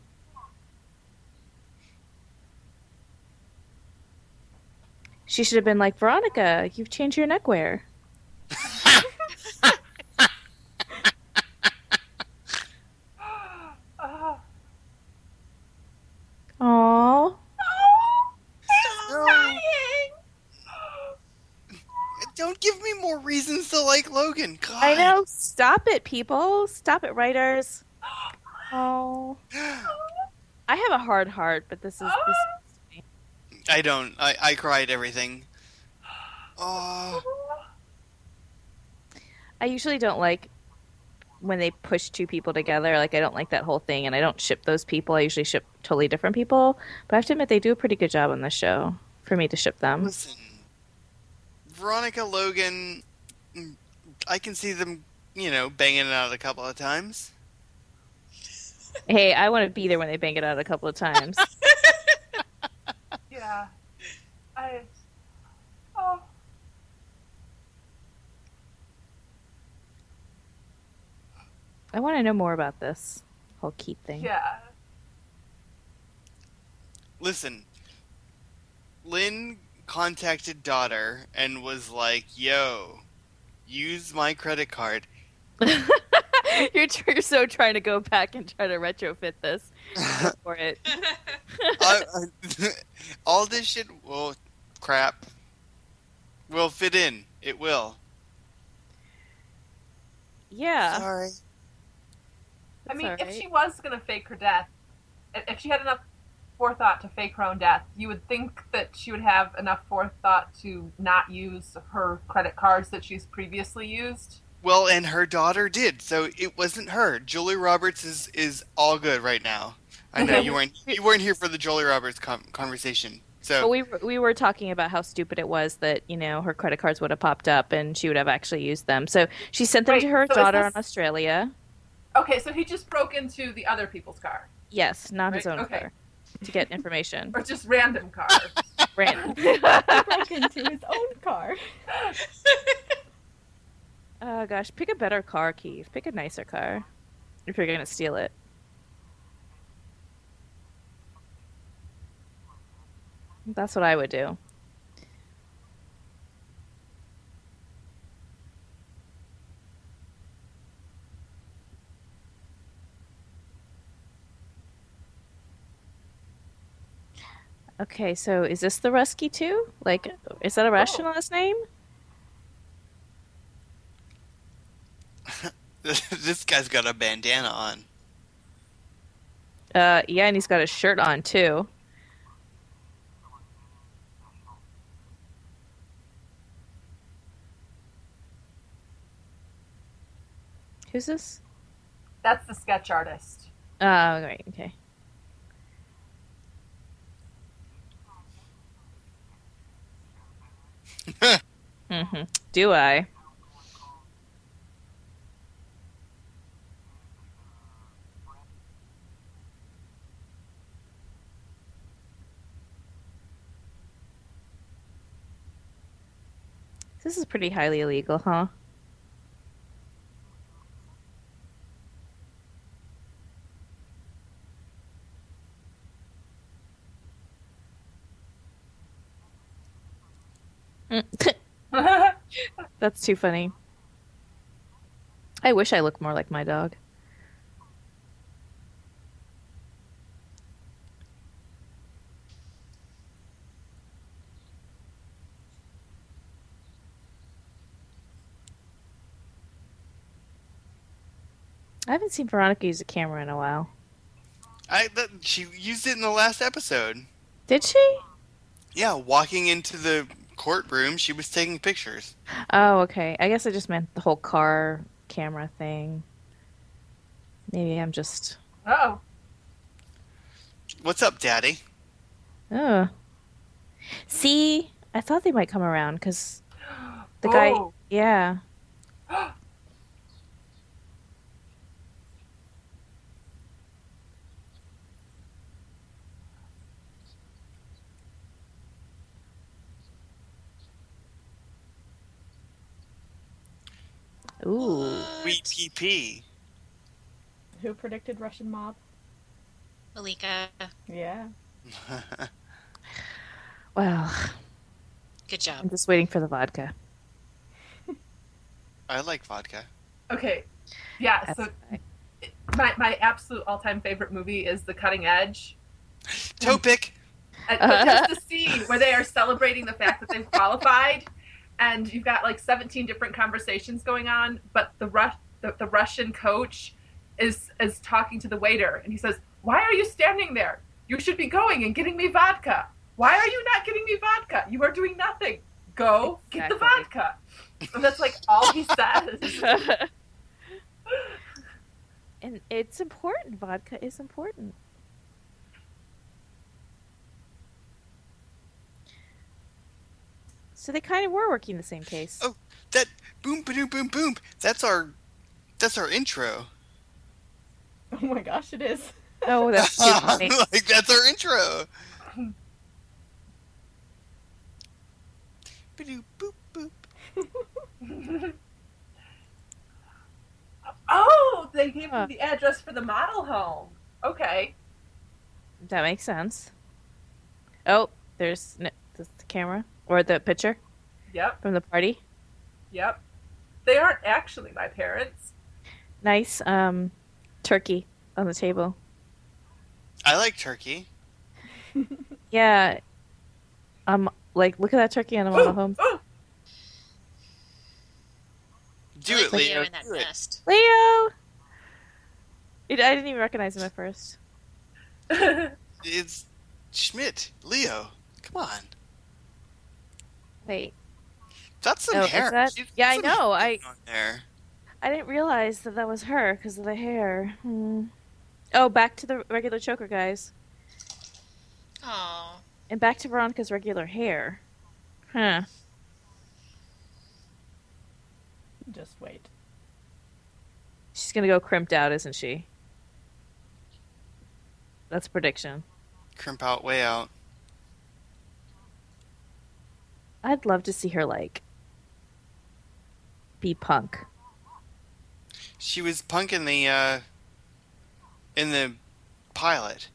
[SPEAKER 3] She should have been like Veronica. You've changed your neckwear.
[SPEAKER 4] oh.
[SPEAKER 3] Aww.
[SPEAKER 2] Don't give me more reasons to like Logan. God.
[SPEAKER 3] I know. Stop it, people. Stop it, writers. Oh. I have a hard heart, but this is this.
[SPEAKER 2] I don't. I, I cried everything. Oh,
[SPEAKER 3] I usually don't like when they push two people together. Like I don't like that whole thing, and I don't ship those people. I usually ship totally different people. But I have to admit, they do a pretty good job on this show for me to ship them.
[SPEAKER 2] listen. Veronica Logan, mm, I can see them, you know, banging it out a couple of times.
[SPEAKER 3] Hey, I want to be there when they bang it out a couple of times.
[SPEAKER 4] Yeah. I. Oh.
[SPEAKER 3] I want to know more about this whole Keith thing.
[SPEAKER 4] Yeah.
[SPEAKER 2] Listen, Lynn contacted daughter and was like, yo, use my credit card.
[SPEAKER 3] you're, tr- you're so trying to go back and try to retrofit this for it.
[SPEAKER 2] I, I- all this shit. Well, crap. Will fit in. It will.
[SPEAKER 3] Yeah.
[SPEAKER 2] Sorry.
[SPEAKER 4] I
[SPEAKER 3] That's
[SPEAKER 4] mean,
[SPEAKER 3] all
[SPEAKER 4] if
[SPEAKER 3] right.
[SPEAKER 4] she was going to fake her death, i- if she had enough forethought to fake her own death, you would think that she would have enough forethought to not use her credit cards that she's previously used.
[SPEAKER 2] Well, and her daughter did, so it wasn't her. Julie Roberts is is all good right now. I know you weren't you weren't here for the Julie Roberts com- conversation.
[SPEAKER 3] But
[SPEAKER 2] So
[SPEAKER 3] we we were talking about how stupid it was that you know her credit cards would have popped up and she would have actually used them. So she sent them
[SPEAKER 4] Wait,
[SPEAKER 3] to her
[SPEAKER 4] so is
[SPEAKER 3] daughter
[SPEAKER 4] this-
[SPEAKER 3] in Australia.
[SPEAKER 4] Okay, so he just broke into the other people's car,
[SPEAKER 3] Yes, not his
[SPEAKER 4] Right,
[SPEAKER 3] own
[SPEAKER 4] okay.
[SPEAKER 3] car to get information.
[SPEAKER 4] or just random car.
[SPEAKER 3] Random.
[SPEAKER 1] broke into his own car.
[SPEAKER 3] oh gosh, pick a better car, Keith. Pick a nicer car if you're gonna steal it. That's what I would do. Okay, so is this the Rusky too? Like, is that a rationalist name?
[SPEAKER 2] this guy's got a bandana on.
[SPEAKER 3] Uh, yeah, and he's got his shirt on too. Who's this?
[SPEAKER 4] That's the sketch artist.
[SPEAKER 3] Oh, right, okay. hmm Do I? This is pretty highly illegal, huh? Mm. That's too funny. I wish I looked more like my dog. I haven't seen Veronica use a camera in a while.
[SPEAKER 2] I that, she used it in the last episode.
[SPEAKER 3] Did she?
[SPEAKER 2] Yeah, walking into the courtroom, she was taking pictures.
[SPEAKER 3] Oh, okay. I guess I just meant the whole car camera thing. Maybe I'm just
[SPEAKER 4] Oh,
[SPEAKER 2] What's up, Daddy?
[SPEAKER 3] Ugh. See, I thought they might come around because the guy.
[SPEAKER 4] Oh.
[SPEAKER 3] Yeah. Ooh.
[SPEAKER 2] We PP.
[SPEAKER 1] Who predicted Russian mob?
[SPEAKER 5] Malika,
[SPEAKER 1] Yeah.
[SPEAKER 3] Well,
[SPEAKER 5] good
[SPEAKER 3] I'm
[SPEAKER 5] job.
[SPEAKER 3] just waiting for the vodka.
[SPEAKER 2] I like vodka.
[SPEAKER 4] Okay. Yeah, so
[SPEAKER 3] That's fine.
[SPEAKER 4] my, my absolute all time favorite movie is The Cutting Edge.
[SPEAKER 2] Topic.
[SPEAKER 4] And, but just the scene where they are celebrating the fact that they've qualified, and you've got like 17 different conversations going on, but the, Ru- the, the Russian coach is, is talking to the waiter, and he says, Why are you standing there? You should be going and getting me vodka. Why are you not getting me vodka? You are doing nothing. Go get the
[SPEAKER 3] Exactly.
[SPEAKER 4] vodka. And that's like all he says.
[SPEAKER 3] and it's important. Vodka is important. So they kind of were working the same case.
[SPEAKER 2] Oh. That boom boom boom boom. That's our that's our intro.
[SPEAKER 1] Oh my gosh, it is.
[SPEAKER 3] Oh, that's too funny.
[SPEAKER 2] like that's our intro. Ba-doop, boop, boop.
[SPEAKER 4] Oh, they gave
[SPEAKER 3] Huh.
[SPEAKER 4] him the address for the model home. Okay.
[SPEAKER 3] That makes sense. Oh, there's n- the the camera or the picture
[SPEAKER 4] Yep.
[SPEAKER 3] from the party.
[SPEAKER 4] Yep. They aren't actually my parents.
[SPEAKER 3] Nice um, turkey on the table.
[SPEAKER 2] I like turkey.
[SPEAKER 3] Yeah. Um, like look at that turkey on the model home.
[SPEAKER 4] Ooh, ooh.
[SPEAKER 2] Do
[SPEAKER 5] I like
[SPEAKER 2] it,
[SPEAKER 5] when
[SPEAKER 2] Leo.
[SPEAKER 5] You're in that
[SPEAKER 2] Do it.
[SPEAKER 5] nest.
[SPEAKER 3] Leo. It, I didn't even recognize him at first.
[SPEAKER 2] It's Schmidt. Leo. Come on.
[SPEAKER 3] Wait,
[SPEAKER 2] That's some
[SPEAKER 3] Oh, is
[SPEAKER 2] hair.
[SPEAKER 3] that-
[SPEAKER 2] She's-
[SPEAKER 3] yeah, I
[SPEAKER 2] some
[SPEAKER 3] know,
[SPEAKER 2] hair
[SPEAKER 3] I-
[SPEAKER 2] on there.
[SPEAKER 3] I didn't realize that that was her because of the hair. Hmm. Oh, back to the regular choker guys,
[SPEAKER 5] Oh,
[SPEAKER 3] and back to Veronica's regular hair. Huh.
[SPEAKER 1] Just wait.
[SPEAKER 3] She's gonna go crimped out, isn't she? That's a prediction.
[SPEAKER 2] Crimp out, way out.
[SPEAKER 3] I'd love to see her like be punk.
[SPEAKER 2] She was punk in the uh, in the pilot.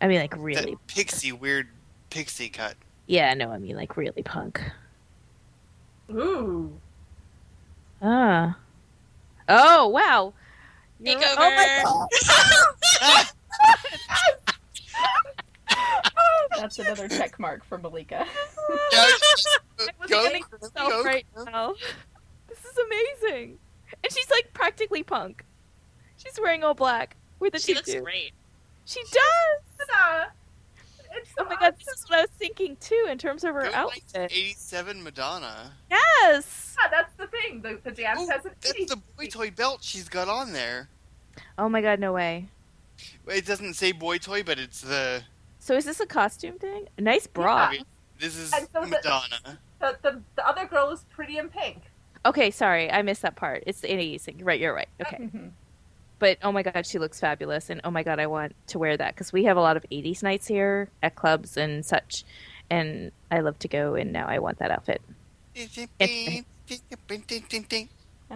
[SPEAKER 3] I mean, like
[SPEAKER 2] That
[SPEAKER 3] really.
[SPEAKER 2] pixie weird pixie cut.
[SPEAKER 3] Yeah, no, I mean like really punk.
[SPEAKER 4] Ooh.
[SPEAKER 3] Ah. Oh wow. You're
[SPEAKER 5] Takeover.
[SPEAKER 3] right. Oh my god.
[SPEAKER 1] That's another check mark for Malika.
[SPEAKER 2] Go,
[SPEAKER 3] I was
[SPEAKER 2] go,
[SPEAKER 3] getting
[SPEAKER 2] Crimp,
[SPEAKER 3] myself
[SPEAKER 2] go,
[SPEAKER 3] right
[SPEAKER 2] Crimp.
[SPEAKER 3] now. This is amazing. And she's like practically punk. She's wearing all black with a
[SPEAKER 5] she looks
[SPEAKER 3] tutu.
[SPEAKER 5] great.
[SPEAKER 3] She does.
[SPEAKER 4] Ta-da. It's
[SPEAKER 3] Oh my god, this is what I was thinking too in terms of her
[SPEAKER 2] Go like
[SPEAKER 3] outfit.
[SPEAKER 2] 87 Madonna.
[SPEAKER 3] Yes.
[SPEAKER 4] yeah, that's the thing. The, the dance
[SPEAKER 2] Oh,
[SPEAKER 4] has an
[SPEAKER 2] that's the boy toy belt she's got on there.
[SPEAKER 3] Oh my god, no way.
[SPEAKER 2] It doesn't say boy toy, but it's the.
[SPEAKER 3] So is this a costume thing? Nice bra.
[SPEAKER 2] Yeah. This is
[SPEAKER 4] And so the-
[SPEAKER 2] Madonna.
[SPEAKER 4] The, the, the other girl is pretty in pink.
[SPEAKER 3] Okay, sorry, I missed that part. It's the 80s thing. Right, you're right. Okay.
[SPEAKER 1] Mhm.
[SPEAKER 3] But oh my god, she looks fabulous and oh my god, I want to wear that cuz we have a lot of 80s nights here at clubs and such and I love to go and now I want that outfit.
[SPEAKER 1] and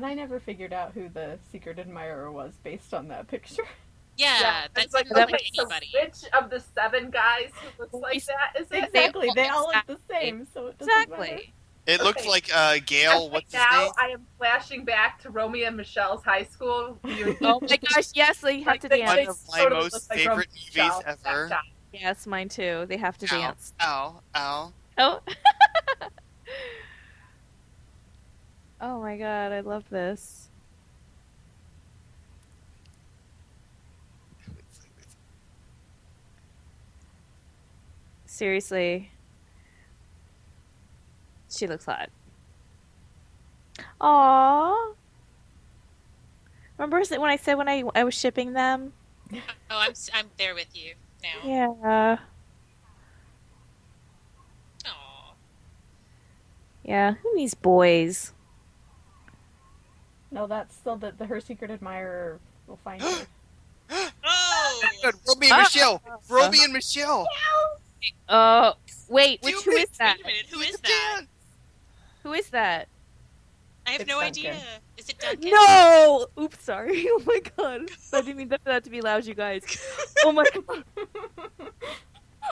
[SPEAKER 1] I never figured out who the secret admirer was based on that picture.
[SPEAKER 5] Yeah, that's
[SPEAKER 4] it's like,
[SPEAKER 5] not
[SPEAKER 3] that
[SPEAKER 5] like
[SPEAKER 4] okay, so
[SPEAKER 5] anybody.
[SPEAKER 4] which of the seven guys who looks like that is it?
[SPEAKER 3] They
[SPEAKER 1] Exactly.
[SPEAKER 3] all
[SPEAKER 1] They all look
[SPEAKER 3] exactly-
[SPEAKER 1] the same, so it doesn't matter.
[SPEAKER 3] Exactly.
[SPEAKER 2] It looked
[SPEAKER 4] Okay.
[SPEAKER 2] like uh, Gail.
[SPEAKER 4] Just
[SPEAKER 2] What's his
[SPEAKER 4] right now,
[SPEAKER 2] name?
[SPEAKER 4] I am flashing back to Romeo and Michelle's high school. You-
[SPEAKER 3] Oh my gosh, yes, they have to
[SPEAKER 4] They-
[SPEAKER 3] dance.
[SPEAKER 4] they
[SPEAKER 2] One of my
[SPEAKER 4] sort
[SPEAKER 2] most
[SPEAKER 4] look like
[SPEAKER 2] favorite
[SPEAKER 4] Romeo and
[SPEAKER 2] movies
[SPEAKER 4] Michelle
[SPEAKER 2] ever.
[SPEAKER 4] backed up.
[SPEAKER 3] Yes, mine too. They have to
[SPEAKER 2] Ow,
[SPEAKER 3] dance.
[SPEAKER 2] Ow, ow.
[SPEAKER 3] Oh. oh my god, I love this. Seriously. She looks hot. Aww. Remember s- when I said when I I was shipping them?
[SPEAKER 5] Oh, I'm s- I'm there with you now.
[SPEAKER 3] Yeah. Yeah, who needs boys?
[SPEAKER 1] No, that's so that the, her secret admirer will find her.
[SPEAKER 5] Oh,
[SPEAKER 2] Good. Roby
[SPEAKER 3] Ah.
[SPEAKER 2] and Michelle. Roby and Michelle.
[SPEAKER 3] Uh, wait, which
[SPEAKER 5] Dude,
[SPEAKER 3] who
[SPEAKER 5] wait,
[SPEAKER 3] is that?
[SPEAKER 5] Wait a minute, who
[SPEAKER 2] It's
[SPEAKER 5] is that?
[SPEAKER 2] Dan.
[SPEAKER 3] Who is that?
[SPEAKER 5] I have
[SPEAKER 1] It's
[SPEAKER 5] no
[SPEAKER 1] Duncan.
[SPEAKER 5] idea. Is it Duncan?
[SPEAKER 3] No! Oops, sorry. Oh my god. I didn't mean that- for that to be loud, you guys. Oh my god.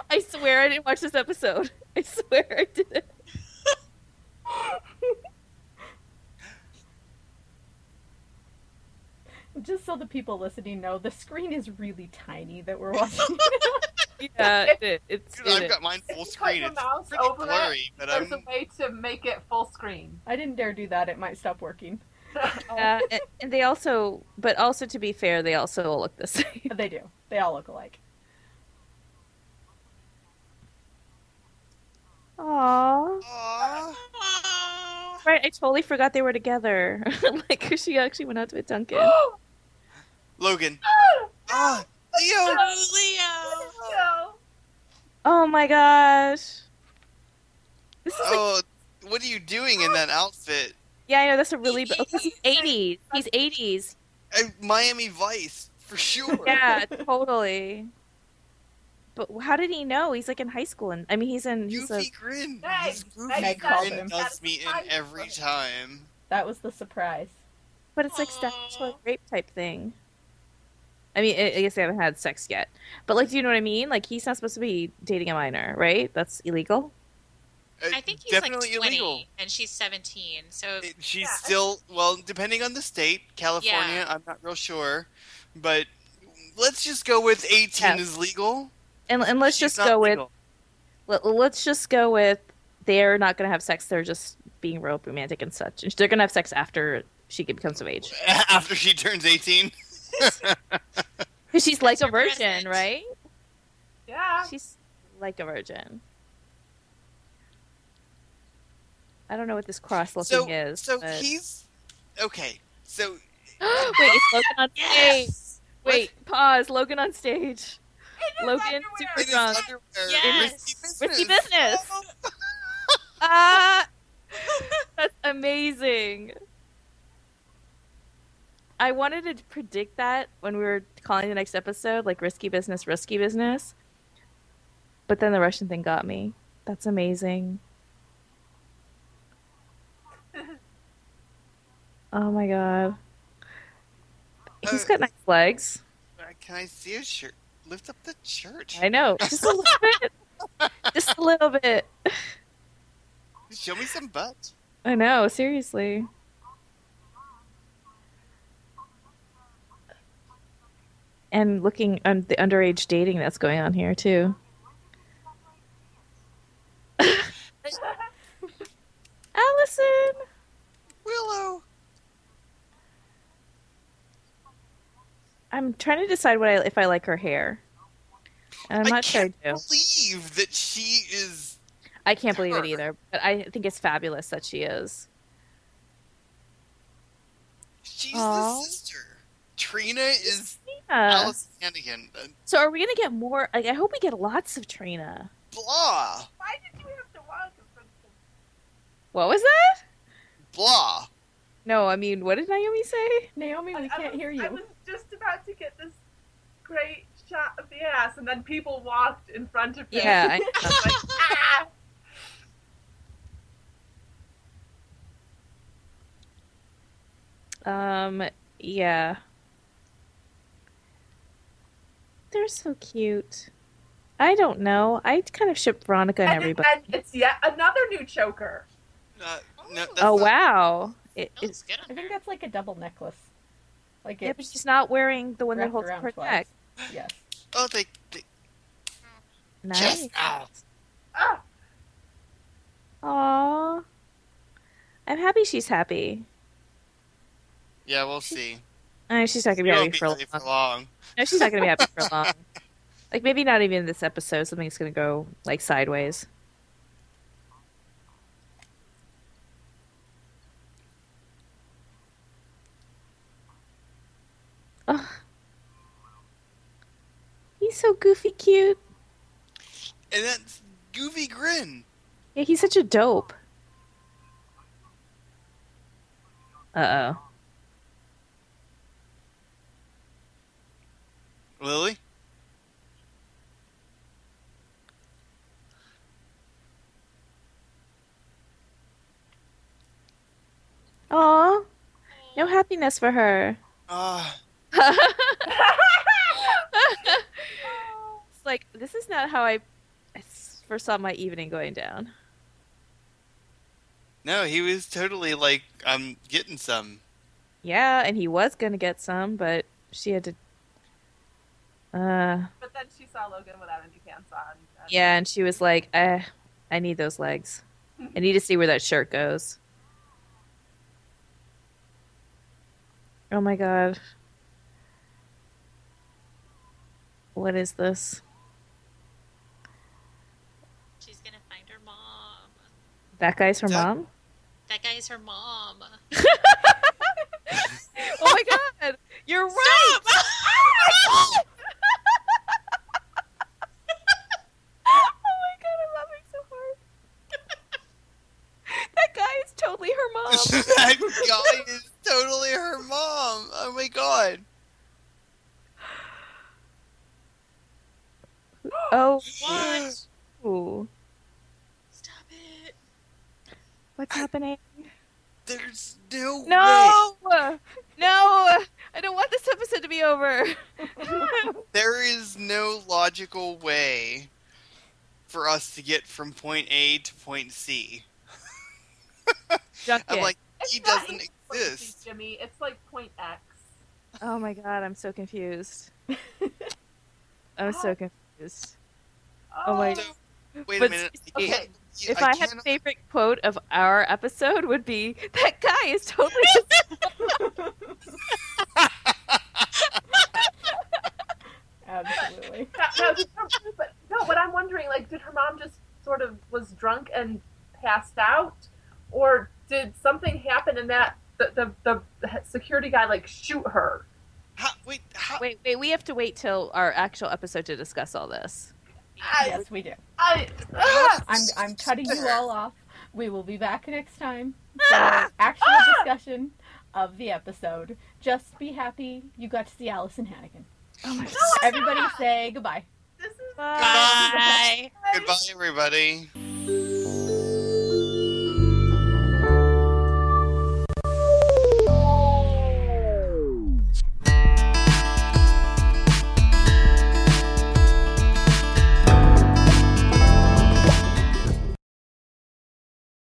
[SPEAKER 3] I swear I didn't watch this episode. I swear I didn't.
[SPEAKER 1] Just so the people listening know, the screen is really tiny that we're watching.
[SPEAKER 3] Yeah, it, it, it's.
[SPEAKER 2] Dude,
[SPEAKER 3] it,
[SPEAKER 2] I've got mine full
[SPEAKER 4] If you
[SPEAKER 2] screen.
[SPEAKER 4] put your
[SPEAKER 2] It's
[SPEAKER 4] mouse
[SPEAKER 2] pretty
[SPEAKER 4] over that,
[SPEAKER 2] blurry, but um,
[SPEAKER 4] There's a
[SPEAKER 2] I'm.
[SPEAKER 4] way to make it full screen.
[SPEAKER 1] I didn't dare do that; it might stop working.
[SPEAKER 3] uh, and, and they also, but also to be fair, they also all look the same.
[SPEAKER 1] But they do. They all look alike.
[SPEAKER 3] Aww.
[SPEAKER 2] Aw.
[SPEAKER 5] Oh.
[SPEAKER 3] Right, I totally forgot they were together. like, 'cause she actually went out with Duncan.
[SPEAKER 2] Logan. Ah, Leo.
[SPEAKER 5] Oh, Leo.
[SPEAKER 4] So,
[SPEAKER 3] oh my gosh. This is like,
[SPEAKER 2] Oh, what are you doing in that outfit?
[SPEAKER 3] yeah, I know that's a really. b- oh, 'cause he's 80s. He's 80s.
[SPEAKER 2] Uh, Miami Vice for sure.
[SPEAKER 3] Yeah, totally. But how did he know? He's like in high school, and I mean, he's in. He's a,
[SPEAKER 2] Goofy grin.
[SPEAKER 4] Hey,
[SPEAKER 2] His
[SPEAKER 1] Meg
[SPEAKER 2] goofy
[SPEAKER 1] called
[SPEAKER 2] grin
[SPEAKER 1] him.
[SPEAKER 2] does me in every time.
[SPEAKER 1] That was the surprise.
[SPEAKER 3] but it's like statutory rape type thing. I mean, I I guess they haven't had sex yet, but like, do you know what I mean? Like, he's not supposed to be dating a minor, right? That's illegal.
[SPEAKER 2] Uh,
[SPEAKER 5] I think he's
[SPEAKER 2] definitely
[SPEAKER 5] like 20
[SPEAKER 2] illegal.
[SPEAKER 5] and she's 17. So
[SPEAKER 2] It- she's
[SPEAKER 4] Yeah.
[SPEAKER 2] still well, depending on the state, California. I'm not real sure, but let's just go with 18
[SPEAKER 3] Yeah.
[SPEAKER 2] is legal.
[SPEAKER 3] And and let's
[SPEAKER 2] She's
[SPEAKER 3] just
[SPEAKER 2] not
[SPEAKER 3] go with
[SPEAKER 2] legal.
[SPEAKER 3] let, let's just go with they're not going to have sex. They're just being real romantic and such. And they're going to have sex after she becomes of age.
[SPEAKER 2] after she turns 18.
[SPEAKER 3] 'Cause she's like
[SPEAKER 5] That's
[SPEAKER 3] a
[SPEAKER 5] her
[SPEAKER 3] virgin,
[SPEAKER 5] present.
[SPEAKER 3] right?
[SPEAKER 4] yeah.
[SPEAKER 3] She's like a virgin. I don't know what this cross looking
[SPEAKER 2] So,
[SPEAKER 3] is.
[SPEAKER 2] so
[SPEAKER 3] but-
[SPEAKER 2] he's okay. So
[SPEAKER 3] Wait, it's Logan on stage.
[SPEAKER 5] yes.
[SPEAKER 3] Wait, pause. Logan on stage. Logan,
[SPEAKER 4] underwear.
[SPEAKER 3] super
[SPEAKER 2] it is
[SPEAKER 3] drunk.
[SPEAKER 2] underwear.
[SPEAKER 5] Yes.
[SPEAKER 2] Risky
[SPEAKER 3] Risky
[SPEAKER 2] business.
[SPEAKER 3] business. Ah, that's amazing. I wanted to predict that when we were calling the next episode, like risky business, risky business. But then the Russian thing got me. That's amazing. Oh my god. He's got nice legs.
[SPEAKER 2] Uh, Can I see his shirt? Lift up the shirt.
[SPEAKER 3] I know. Just a little bit. Just a little bit.
[SPEAKER 2] Show me some butt.
[SPEAKER 3] I know, seriously. And looking on the underage dating that's going on here too. Allison,
[SPEAKER 2] Willow.
[SPEAKER 3] I'm trying to decide what I if I like her hair, and I'm
[SPEAKER 2] I
[SPEAKER 3] not sure I
[SPEAKER 2] can't
[SPEAKER 3] do.
[SPEAKER 2] believe that she is.
[SPEAKER 3] I can't believe it
[SPEAKER 2] her.
[SPEAKER 3] either, but I think it's fabulous that she is.
[SPEAKER 2] She's
[SPEAKER 3] Aw.
[SPEAKER 2] the sister. Trina is
[SPEAKER 3] Yeah.
[SPEAKER 2] Alice Hannigan. Uh,
[SPEAKER 3] So are we gonna get more? Like, I hope we get lots of Trina.
[SPEAKER 2] Blah.
[SPEAKER 4] Why did you have to walk in front of
[SPEAKER 3] What was that?
[SPEAKER 2] Blah.
[SPEAKER 3] No, I mean, what did Naomi say?
[SPEAKER 1] Naomi, we
[SPEAKER 4] I- I
[SPEAKER 1] can't
[SPEAKER 4] was-
[SPEAKER 1] hear
[SPEAKER 4] I
[SPEAKER 1] you.
[SPEAKER 4] was just about to get this great shot of the ass, and then people walked in front of me.
[SPEAKER 3] Yeah, I know.
[SPEAKER 4] Like, ah!
[SPEAKER 3] Um, yeah. They're so cute. I don't know. I kind of ship Veronica and
[SPEAKER 4] And,
[SPEAKER 3] everybody.
[SPEAKER 4] and it's yet another new choker.
[SPEAKER 2] Uh, no, that's
[SPEAKER 3] Oh
[SPEAKER 2] not-
[SPEAKER 3] wow! It,
[SPEAKER 5] That
[SPEAKER 3] it's,
[SPEAKER 5] looks good
[SPEAKER 1] I
[SPEAKER 5] on
[SPEAKER 1] think
[SPEAKER 5] her.
[SPEAKER 1] that's like a double necklace. Like
[SPEAKER 3] yeah,
[SPEAKER 1] it
[SPEAKER 3] but she's not wearing the one that
[SPEAKER 1] wrapped
[SPEAKER 3] holds
[SPEAKER 1] around
[SPEAKER 3] her
[SPEAKER 1] twice.
[SPEAKER 3] neck.
[SPEAKER 1] Yes.
[SPEAKER 2] Oh, they. they
[SPEAKER 3] Nice.
[SPEAKER 2] Just now.
[SPEAKER 4] Ah,
[SPEAKER 3] Aww. I'm happy she's happy.
[SPEAKER 2] Yeah, we'll see.
[SPEAKER 3] Uh, she's not gonna be
[SPEAKER 2] We'll
[SPEAKER 3] happy
[SPEAKER 2] be
[SPEAKER 3] for long.
[SPEAKER 2] happy for long.
[SPEAKER 3] No, she's not gonna be happy for long. Like maybe not even this episode. Something's gonna go like sideways. Oh. He's so goofy cute.
[SPEAKER 2] And that's Goofy Grin.
[SPEAKER 3] Yeah, he's such a dope. Uh oh.
[SPEAKER 2] Lily?
[SPEAKER 3] Aw. No happiness for her.
[SPEAKER 2] Ah,
[SPEAKER 3] it's like this is not how I I s- foresaw my evening going down.
[SPEAKER 2] no, he was totally like, I'm getting some.
[SPEAKER 3] Yeah, and he was gonna get some, but she had to. Uh,
[SPEAKER 4] But then she saw Logan without any pants on. and-
[SPEAKER 3] yeah, and she was like, "I, I need those legs. I need to see where that shirt goes." Oh my god, what is this?
[SPEAKER 5] She's gonna find her mom.
[SPEAKER 3] That guy's her
[SPEAKER 2] That-
[SPEAKER 3] mom.
[SPEAKER 5] That guy is her mom.
[SPEAKER 3] Oh my god, you're right.
[SPEAKER 5] Stop!
[SPEAKER 3] oh Oh my god, I'm laughing so hard. that guy is totally her mom.
[SPEAKER 2] that guy is totally her mom. Oh my god.
[SPEAKER 3] oh,
[SPEAKER 5] What?
[SPEAKER 3] ooh.
[SPEAKER 5] Stop it.
[SPEAKER 3] what's happening?
[SPEAKER 2] There's no,
[SPEAKER 3] No, no, I don't want this episode to be over.
[SPEAKER 2] way. There is no logical way for us to get from point A to point C. I'm
[SPEAKER 3] Duncan.
[SPEAKER 2] like,
[SPEAKER 4] It's
[SPEAKER 2] he
[SPEAKER 4] not
[SPEAKER 2] doesn't
[SPEAKER 4] even supposed to be
[SPEAKER 2] exist.
[SPEAKER 4] Jimmy, it's like point X.
[SPEAKER 3] oh my god, I'm so confused. I'm so confused. Oh my-
[SPEAKER 2] So, wait
[SPEAKER 3] But
[SPEAKER 2] a minute.
[SPEAKER 3] okay,
[SPEAKER 2] can't-
[SPEAKER 3] If I, had a
[SPEAKER 2] cannot-
[SPEAKER 3] favorite quote of our episode, would be that guy is totally
[SPEAKER 1] Absolutely.
[SPEAKER 4] Now- now, did her- but no, what I'm wondering, like, did her mom just sort of was drunk and passed out, or did something happen and that the the, the security guy like shoot her?
[SPEAKER 2] How, wait, how,
[SPEAKER 3] Wait, wait, we have to wait till our actual episode to discuss all this.
[SPEAKER 4] I,
[SPEAKER 1] Yes, we do.
[SPEAKER 4] I, ah!
[SPEAKER 1] I'm I'm cutting you all off. We will be back next time for
[SPEAKER 3] Ah!
[SPEAKER 1] actual discussion of the episode. Just be happy you got to see Allison Hannigan.
[SPEAKER 3] Oh my god.
[SPEAKER 1] Everybody say goodbye.
[SPEAKER 4] this is
[SPEAKER 2] Bye. Goodbye, everybody.